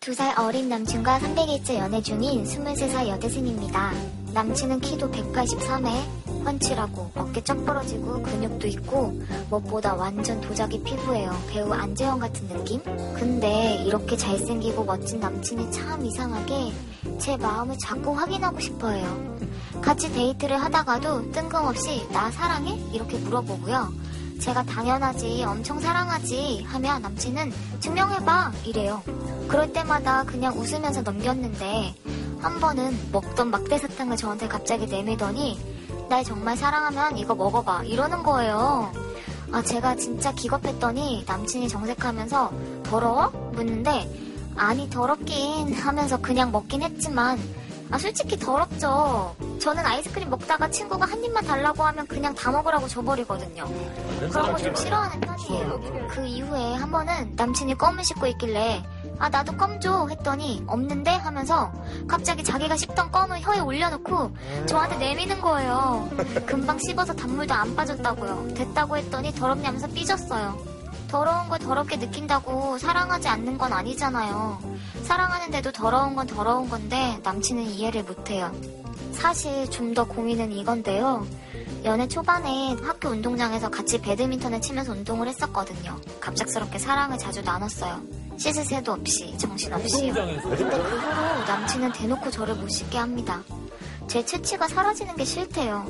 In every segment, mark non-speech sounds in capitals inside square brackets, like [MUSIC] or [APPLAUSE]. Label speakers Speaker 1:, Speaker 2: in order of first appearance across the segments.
Speaker 1: 두 살 어린 남친과 300일째 연애 중인 23살 여대생입니다. 남친은 키도 183에 훤칠하고 어깨 쩍 벌어지고 근육도 있고 무엇보다 완전 도자기 피부예요. 배우 안재현 같은 느낌? 근데 이렇게 잘생기고 멋진 남친이 참 이상하게 제 마음을 자꾸 확인하고 싶어요. 같이 데이트를 하다가도 뜬금없이 나 사랑해? 이렇게 물어보고요. 제가 당연하지, 엄청 사랑하지 하면 남친은 증명해봐 이래요. 그럴 때마다 그냥 웃으면서 넘겼는데 한 번은 먹던 막대 사탕을 저한테 갑자기 내밀더니 날 정말 사랑하면 이거 먹어봐 이러는 거예요. 아 제가 진짜 기겁했더니 남친이 정색하면서 더러워? 묻는데 아니 더럽긴 하면서 그냥 먹긴 했지만 아 솔직히 더럽죠. 저는 아이스크림 먹다가 친구가 한 입만 달라고 하면 그냥 다 먹으라고 줘버리거든요. 그런 거 좀 싫어하는 편이에요. 그 이후에 한 번은 남친이 껌을 씹고 있길래 아 나도 껌 줘 했더니 없는데 하면서 갑자기 자기가 씹던 껌을 혀에 올려놓고 저한테 내미는 거예요. 금방 씹어서 단물도 안 빠졌다고요. 됐다고 했더니 더럽냐면서 삐졌어요. 더러운 걸 더럽게 느낀다고 사랑하지 않는 건 아니잖아요. 사랑하는데도 더러운 건 더러운 건데 남친은 이해를 못해요. 사실 좀 더 고민은 이건데요. 연애 초반에 학교 운동장에서 같이 배드민턴을 치면서 운동을 했었거든요. 갑작스럽게 사랑을 자주 나눴어요. 씻을 새도 없이 정신없이요. 근데 그 후로 남친은 대놓고 저를 못 씻게 합니다. 제 체취가 사라지는 게 싫대요.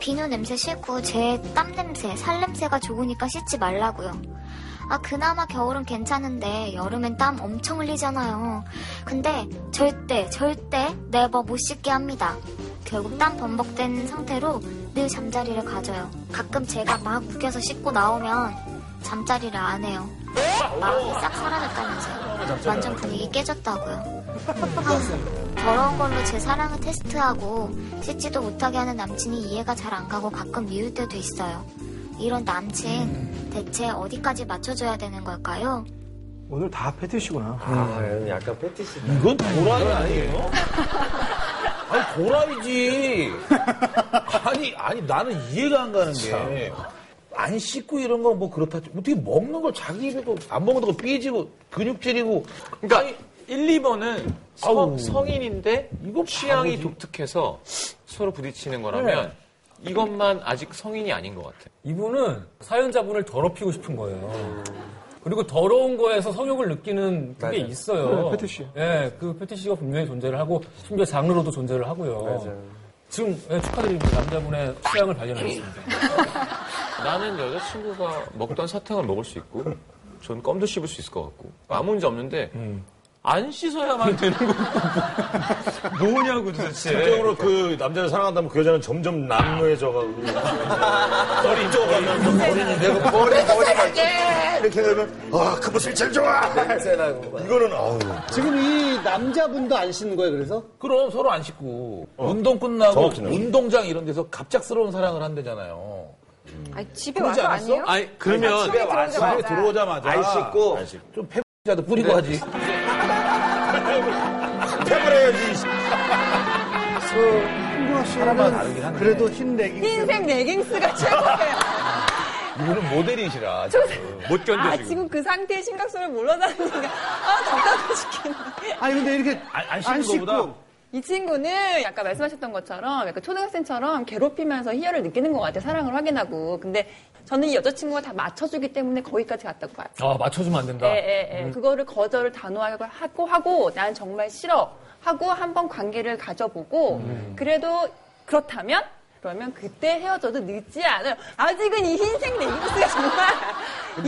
Speaker 1: 비누 냄새 싫고 제 땀 냄새, 살 냄새가 좋으니까 씻지 말라고요. 아 그나마 겨울은 괜찮은데 여름엔 땀 엄청 흘리잖아요. 근데 절대 절대 네버 못 씻게 합니다. 결국 땀 범벅된 상태로 늘 잠자리를 가져요. 가끔 제가 막 우겨서 씻고 나오면 잠자리를 안 해요. 마음이 싹 사라졌다면서요. 완전 분위기 깨졌다고요. 아, 더러운 걸로 제 사랑을 테스트하고 씻지도 못하게 하는 남친이 이해가 잘 안 가고 가끔 미울 때도 있어요. 이런 남친 대체 어디까지 맞춰줘야 되는 걸까요?
Speaker 2: 오늘 다 패티시구나.
Speaker 3: 어,
Speaker 4: 아, 약간 패티시다.
Speaker 5: 음. 이건 도라이 아니에요? [LAUGHS] 아니, 도라이지. 아니, 아니, 나는 이해가 안 가는 게. 안 씻고 이런 건 뭐 그렇다. 치 어떻게 먹는 걸 자기 입에도 안 먹는 거 삐지고 근육질이고.
Speaker 6: 그러니까 1, 2번은
Speaker 5: 아우.
Speaker 6: 성, 인인데
Speaker 5: 이거
Speaker 6: 취향이
Speaker 5: 바보지.
Speaker 6: 독특해서 서로 부딪히는 거라면 이것만 아직 성인이 아닌 것 같아.
Speaker 7: 이분은 사연자분을 더럽히고 싶은 거예요. 그리고 더러운 거에서 성욕을 느끼는 그게
Speaker 4: 맞아요.
Speaker 7: 있어요.
Speaker 2: 네, 페티시.
Speaker 7: 예, 그 페티시가 분명히 존재를 하고 심지어 장르로도 존재를 하고요. 지금 예, 축하드립니다. 남자분의 취향을 발견하셨습니다.
Speaker 6: 나는 여자친구가 먹던 사탕을 먹을 수 있고, 전 껌도 씹을 수 있을 것 같고, 아무 문제 없는데, 안 씻어야만 되는 거고, 뭐냐고 도대체.
Speaker 5: 실제로 그 남자를 사랑한다면 그 여자는 점점 남루해져가고. [LAUGHS] 머리 이쪽으로 가면
Speaker 4: 내가 머리 머리 갈게 이렇게 되면 아그 모습이 제일 좋아. 냄새나고.
Speaker 5: 이거는 아우.
Speaker 3: 지금 이 남자분도 안 씻는 거예요, 그래서?
Speaker 5: 그럼 서로 안 씻고 운동 끝나고
Speaker 4: 정확히 나와요.
Speaker 5: 운동장 이런 데서 갑작스러운 사랑을 한대잖아요.
Speaker 8: 아니, 집에
Speaker 5: 그러지
Speaker 8: 와서
Speaker 5: 않았어?
Speaker 8: 아니에요?
Speaker 6: 아니, 그러면, 아,
Speaker 8: 집에 와서
Speaker 5: 집에 들어오자마자
Speaker 4: 안 씻고.
Speaker 5: 안 씻고. 좀 패자도 뿌리고 하지.
Speaker 4: 해버려야지.
Speaker 3: 홍준호 씨는 그래도 흰 레깅스.
Speaker 8: 흰색 레깅스가 최고예요.
Speaker 5: 이분은 모델이시라.
Speaker 6: [LAUGHS] 못 견뎌,
Speaker 8: 아,
Speaker 6: 지금.
Speaker 8: 지금 그 상태의 심각성을 몰라다니까. 아, 답답해 죽겠네.
Speaker 3: 아니, 근데 이렇게
Speaker 5: 안- 안
Speaker 3: 안,
Speaker 5: 씻는
Speaker 3: 씻고.
Speaker 5: 거보다
Speaker 8: 이 친구는 약간 말씀하셨던 것처럼 약간 초등학생처럼 괴롭히면서 희열을 느끼는 것 같아요. 사랑을 확인하고. 근데 저는 이 여자친구가 다 맞춰주기 때문에 거기까지 갔다고 봐요.
Speaker 7: 아, 맞춰주면 안 된다.
Speaker 8: 예, 예, 예. 그거를 거절을 단호하게 하고 하고 난 정말 싫어 하고 한번 관계를 가져보고 그래도 그렇다면 그러면 그때 헤어져도 늦지 않아요. 아직은 이 흰색 레깅스가 [LAUGHS] 정말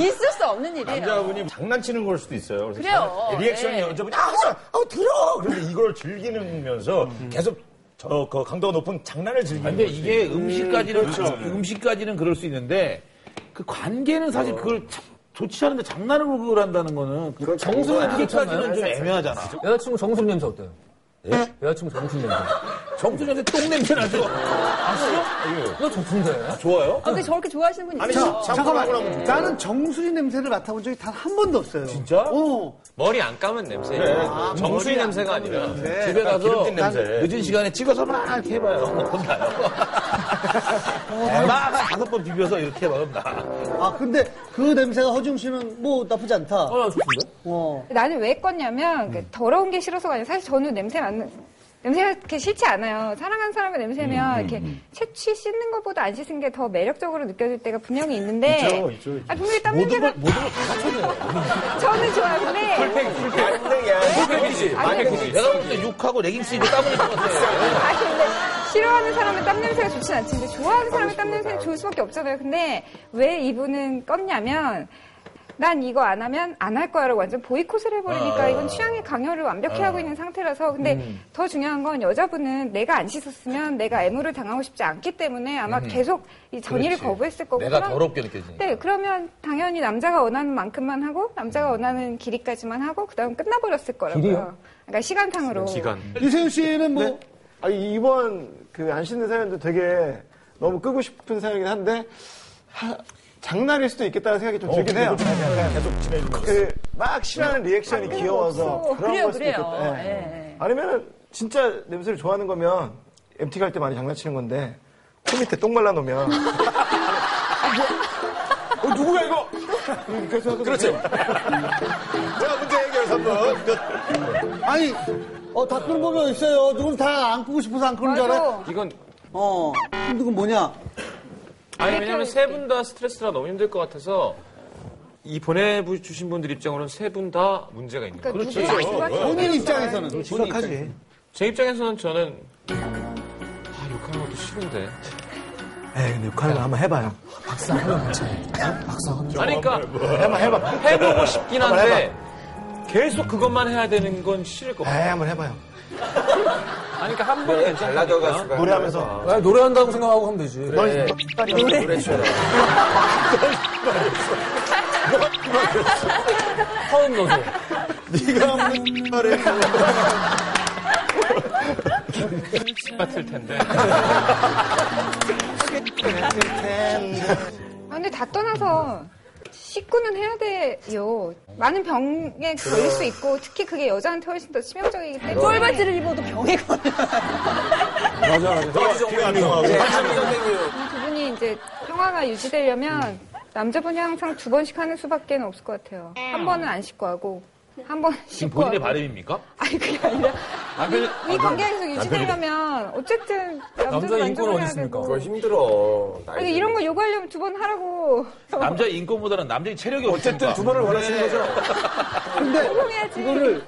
Speaker 8: 있을 수 없는 일이에요.
Speaker 5: 남자분이 장난치는 걸 수도 있어요. 그래서
Speaker 8: 그래요.
Speaker 5: 장- 리액션이
Speaker 8: 네.
Speaker 5: 여자분이 아우 아우 들어. 그런데 이걸 즐기면서 계속 저그 강도가 높은 장난을 즐기는. 그렇죠.
Speaker 9: 근데 이게 음식까지는 음식까지는 그럴 수 있는데 그 관계는 사실 그걸 참 좋지 않은데 장난으로 그걸 한다는 거는 그
Speaker 5: 그렇죠.
Speaker 9: 정성을
Speaker 5: 네,
Speaker 9: 들이까지는
Speaker 2: 네.
Speaker 9: 좀 애매하잖아.
Speaker 7: 네. 여자친구 정수리 냄새 어때요? 여자친구 정수리 냄새.
Speaker 9: 정수리한테 똥 냄새 나죠.
Speaker 7: 이거 좋던데.
Speaker 5: 네. 좋아요?
Speaker 8: 아, 근데 저렇게 좋아하시는 분이 있어요.
Speaker 3: 자, 잠깐만. 나는 정수리 냄새를 맡아본 적이 단 한 번도 없어요. 진짜? 어.
Speaker 6: 머리 안 감은 냄새예요. 정수리 냄새가 아니라.
Speaker 9: 집에 가서
Speaker 5: 기름진 네. 냄새. [LAUGHS]
Speaker 9: 늦은 시간에 찍어서 막 이렇게 해봐요. 막 다섯 번 비벼서 이렇게 막으면 나.
Speaker 3: 아, 근데 그 냄새가 허지웅 씨는 뭐 나쁘지 않다.
Speaker 7: 아, 좋은데?
Speaker 3: 어.
Speaker 10: 나는 왜 껐냐면 그 더러운 게 싫어서가 아니라 사실 저는 냄새 맡는 냄새가 그렇게 싫지 않아요. 사랑하는 사람의 냄새면 이렇게 채취 씻는 것보다 안 씻은 게 더 매력적으로 느껴질 때가 분명히 있는데 아 분명히 땀 냄새가 [LAUGHS] 저는 좋아 근데
Speaker 9: 내가 볼 때 육하고 레깅스 입고 따분이 같아요.
Speaker 10: 아 근데 싫어하는 사람은 땀 냄새가 좋진 않지 근데 좋아하는 사람은 땀 냄새는 좋을 수밖에 없잖아요. 근데 왜 이분은 껐냐면 난 이거 안 하면 안 할 거야라고 완전 보이콧을 해버리니까
Speaker 9: 아.
Speaker 10: 이건 취향의 강요를 완벽히 하고 있는 상태라서 근데
Speaker 9: 음.
Speaker 10: 더 중요한 건 여자분은 내가 안 씻었으면 내가 애무를 당하고 싶지 않기 때문에 아마 계속 이 전의를 거부했을 거고
Speaker 9: 음. 내가
Speaker 10: 그런-
Speaker 9: 더럽게 느껴지니까.
Speaker 10: 네, 그러면 당연히 남자가 원하는 만큼만 하고
Speaker 9: 음.
Speaker 10: 남자가 원하는 길이까지만 하고 그다음 끝나버렸을 거라고요. 그러니까 시간상으로
Speaker 6: 기간.
Speaker 3: 유세윤 씨는 뭐
Speaker 2: 아니, 이번 그 안 씻는 사연도 되게 너무 끄고 싶은 사연이긴 한데, 하- 장난일 수도 있겠다는 생각이 어, 좀 들긴 해요. 그, 막 싫어하는 리액션이 귀여워서. 그런
Speaker 8: 어, 그래요,
Speaker 2: 걸 수도
Speaker 8: 그래요.
Speaker 2: 있겠다. 예.
Speaker 8: 예, 예.
Speaker 2: 아니면은, 진짜 냄새를 좋아하는 거면, MT 갈 때 많이 장난치는 건데, 코 밑에 똥 [LAUGHS] 발라놓으면. 어, 누구야, 이거? 그래서 하거든요.
Speaker 4: 그렇죠. 자, 문제 해결 3번. 끝.
Speaker 3: 아니 어, 다 끄는 법이 어딨어요. 누군 다 안 끄고 싶어서 안 끄는 줄 알아.
Speaker 6: 이건
Speaker 3: 어. 근데 그건 뭐냐?
Speaker 6: 아니 왜냐면 세 분 다 스트레스라 너무 힘들 것 같아서 이 보내주신 분들 입장으로는 세 분 다 문제가 있는 거예요.
Speaker 10: 그러니까 누구나 좋아하는
Speaker 3: 본인
Speaker 10: 사람이
Speaker 3: 입장에서는.
Speaker 10: 있는데.
Speaker 2: 심각하지.
Speaker 6: 제 입장에서는 저는 아 욕하는 것도 싫은데.
Speaker 2: 에이, 예, 근데 욕하는 거 한번 해봐요.
Speaker 6: 아니 그러니까 해보고 싶긴 한데 계속 그것만 해야 되는 건 싫을 것 같아요.
Speaker 2: 에이, 한번 해봐요.
Speaker 6: 아니 그러니까 한 번은
Speaker 4: 달라져갈
Speaker 6: 괜찮다니까.
Speaker 4: 수가.
Speaker 2: 노래하면서.
Speaker 7: 아, 노래한다고 생각하고 하면 되지. 네. [LAUGHS] 처음 넣어서.
Speaker 4: 네가 없는 말에
Speaker 6: 같을 텐데.
Speaker 10: 아, 근데 다 떠나서 식구는 해야 돼요. 많은 병에 걸릴 수 있고 특히 그게 여자한테 훨씬 더 치명적이기 때문에
Speaker 8: 쫄바지를 입어도 병이 걸려.
Speaker 10: 두 분이 이제 평화가 유지되려면 남자분이 항상 두 번씩 하는 수밖에 없을 것 같아요. 한 번은 안 씻고 하고 한 번은
Speaker 9: 지금
Speaker 10: 씻고
Speaker 9: 본인의
Speaker 10: 하고.
Speaker 9: 발음입니까?
Speaker 10: 아니 그게 아니라 이, 이 관계가 계속 유지되려면 어쨌든 남자도
Speaker 7: 남자의 인권은
Speaker 10: 만족을 해야
Speaker 7: 어디 있습니까?
Speaker 10: 되고
Speaker 4: 그거 힘들어.
Speaker 10: 아니, 이런 거 요구하려면 두 번 하라고
Speaker 9: 남자 인권보다는 남자의 체력이 어쨌든 두
Speaker 2: 번을 원하시는 거죠?
Speaker 10: 성공해야지.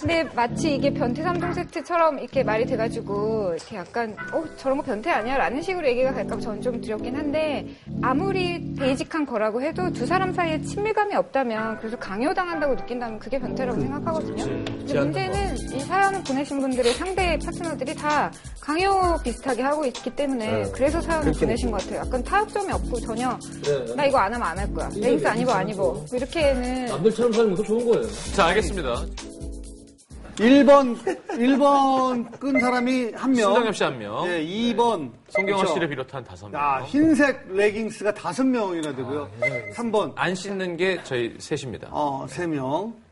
Speaker 10: 근데 마치 이게 변태 삼종 세트처럼 이렇게 말이 돼가지고 이렇게 약간 어 저런 거 변태 아니야? 라는 식으로 얘기가 갈까 봐 저는 좀 두렵긴 한데 아무리 베이직한 거라고 해도 두 사람 사이에 친밀감이 없다면 그래서 강요당한다고 느낀다면 그게 변태라고 생각하거든요. 근데 문제는 이 사연을 보내신 분들의 상대 파트너들이 다 강요 비슷하게 하고 있기 때문에 네. 그래서 사연을 보내신 것 같아요. 약간 타협점이 없고 전혀 나 이거 안 하면 안 할 거야. 레깅스 안 입어 안 입어. 이렇게는
Speaker 7: 남들처럼 살면 더 좋은 거예요.
Speaker 6: 자 알겠습니다.
Speaker 3: 1번 1번 끈 사람이 한 명.
Speaker 6: 신동엽 씨한 명.
Speaker 3: 예, 2번
Speaker 6: 송경화
Speaker 3: 그렇죠.
Speaker 6: 씨를 비롯한 다섯 명.
Speaker 3: 아, 흰색 레깅스가 다섯 명이나 되고요. 3번
Speaker 6: 안 씻는 게 저희 셋입니다.
Speaker 3: 어, 세 명.